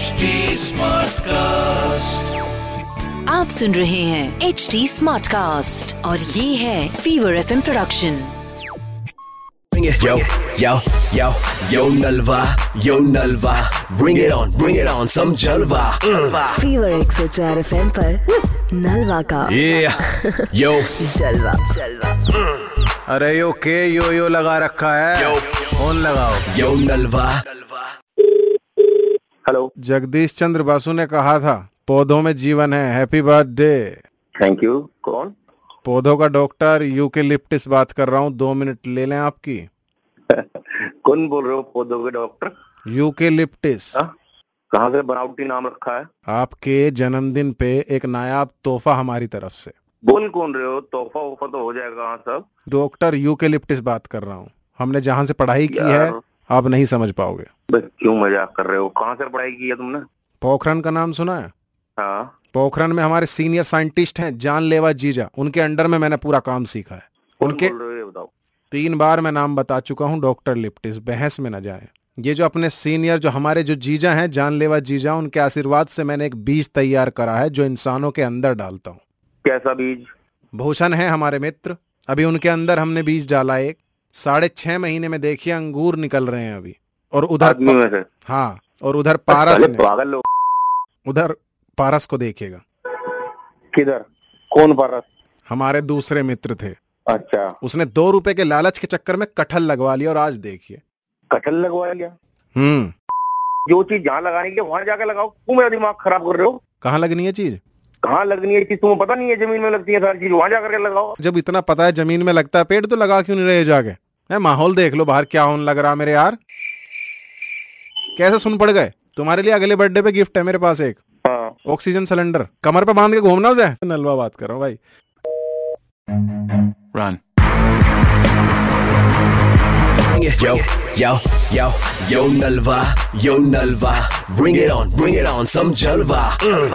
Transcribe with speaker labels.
Speaker 1: HD Smartcast.
Speaker 2: आप सुन रहे हैं एच डी स्मार्ट कास्ट और ये है fever F production
Speaker 3: Bring it. Yo, yo, yo, yo Nalva, yo Nalva. Bring it on, bring it on, some Jalva. Mm.
Speaker 2: Fever एक सौ चार एफ एम नलवा का
Speaker 3: Yeah, yo,
Speaker 2: जलवा जलवा
Speaker 4: अरे यो के यो यो लगा रखा है
Speaker 3: Yo.
Speaker 4: फोन लगाओ
Speaker 3: yo Nalva.
Speaker 5: Hello
Speaker 4: Jagdish Chandra Basu ने कहा था पौधों में जीवन है हैप्पी बर्थडे
Speaker 5: थैंक यू कौन
Speaker 4: पौधों का डॉक्टर यूके लिप्टिस बात कर रहा हूँ दो मिनट ले लें आपकी
Speaker 5: कौन बोल रहे हो पौधों के डॉक्टर
Speaker 4: यूके लिप्टिस
Speaker 5: हाँ? कहाँ से बनावटी नाम रखा है
Speaker 4: आपके जन्मदिन पे एक नायाब तोहफा हमारी तरफ से
Speaker 5: बोल कौन रहे हो तोहफा वोफा तो हो जाएगा हाँ सब
Speaker 4: डॉक्टर यूके लिप्टिस बात कर रहा हूँ हमने जहाँ से पढ़ाई की है
Speaker 5: यार।
Speaker 4: आप नहीं समझ पाओगे
Speaker 5: बस क्यों मजाक कर रहे हो कहाँ से पढ़ाई की है तुमने
Speaker 4: पोखरण का नाम सुना है
Speaker 5: हाँ
Speaker 4: पोखरण में हमारे सीनियर साइंटिस्ट हैं जानलेवा जीजा उनके अंडर में मैंने पूरा काम सीखा है
Speaker 5: कौन
Speaker 4: उनके
Speaker 5: बोल रहे हो ये बताओ
Speaker 4: तीन बार मैं नाम बता चुका हूँ डॉक्टर लिप्टिस बहस में ना जाए ये जो अपने सीनियर जो हमारे जो जीजा हैं जानलेवा जीजा उनके आशीर्वाद से मैंने एक बीज तैयार करा है जो इंसानों के अंदर डालता हूँ
Speaker 5: कैसा बीज
Speaker 4: भूषण है हमारे मित्र अभी उनके अंदर हमने बीज डाला एक साढ़े छह महीने में देखिए अंगूर निकल रहे हैं अभी और उधर
Speaker 5: आदमी में से
Speaker 4: हाँ और उधर पारस
Speaker 5: पहले
Speaker 4: ने
Speaker 5: पागल लोग
Speaker 4: उधर पारस को देखिएगा
Speaker 5: किधर कौन पारस
Speaker 4: हमारे दूसरे मित्र थे
Speaker 5: अच्छा
Speaker 4: उसने दो रुपए के लालच के चक्कर में कटहल लगवा लिया और आज देखिए
Speaker 5: कटहल लगवाया गया
Speaker 4: हम्म
Speaker 5: जो चीज जहाँ लगाने की है, वहाँ जाकर लगाओ क्यों मेरा दिमाग खराब कर रहे हो
Speaker 4: कहाँ लगनी है चीज
Speaker 5: कहाँ लगनी है चीज तुम्हें पता नहीं है जमीन में लगती है सारी चीज वहाँ जाकर के लगाओ
Speaker 4: जब इतना पता है जमीन में लगता है पेड़ तो लगा क्यों नहीं रहे जाके है माहौल देख लो बाहर क्या होने लग रहा मेरे यार कैसे सुन पड़ गए तुम्हारे लिए अगले बर्थडे पे गिफ्ट है मेरे पास एक
Speaker 5: हाँ
Speaker 4: ऑक्सीजन सिलेंडर कमर पे बांध के घूमना उसे नलवा बात कर रहा हूँ भाई
Speaker 3: Bring it. Yo, yo, yo, yo Nalva, yo Nalva. Bring it on, bring it on, some Jalva. Mm.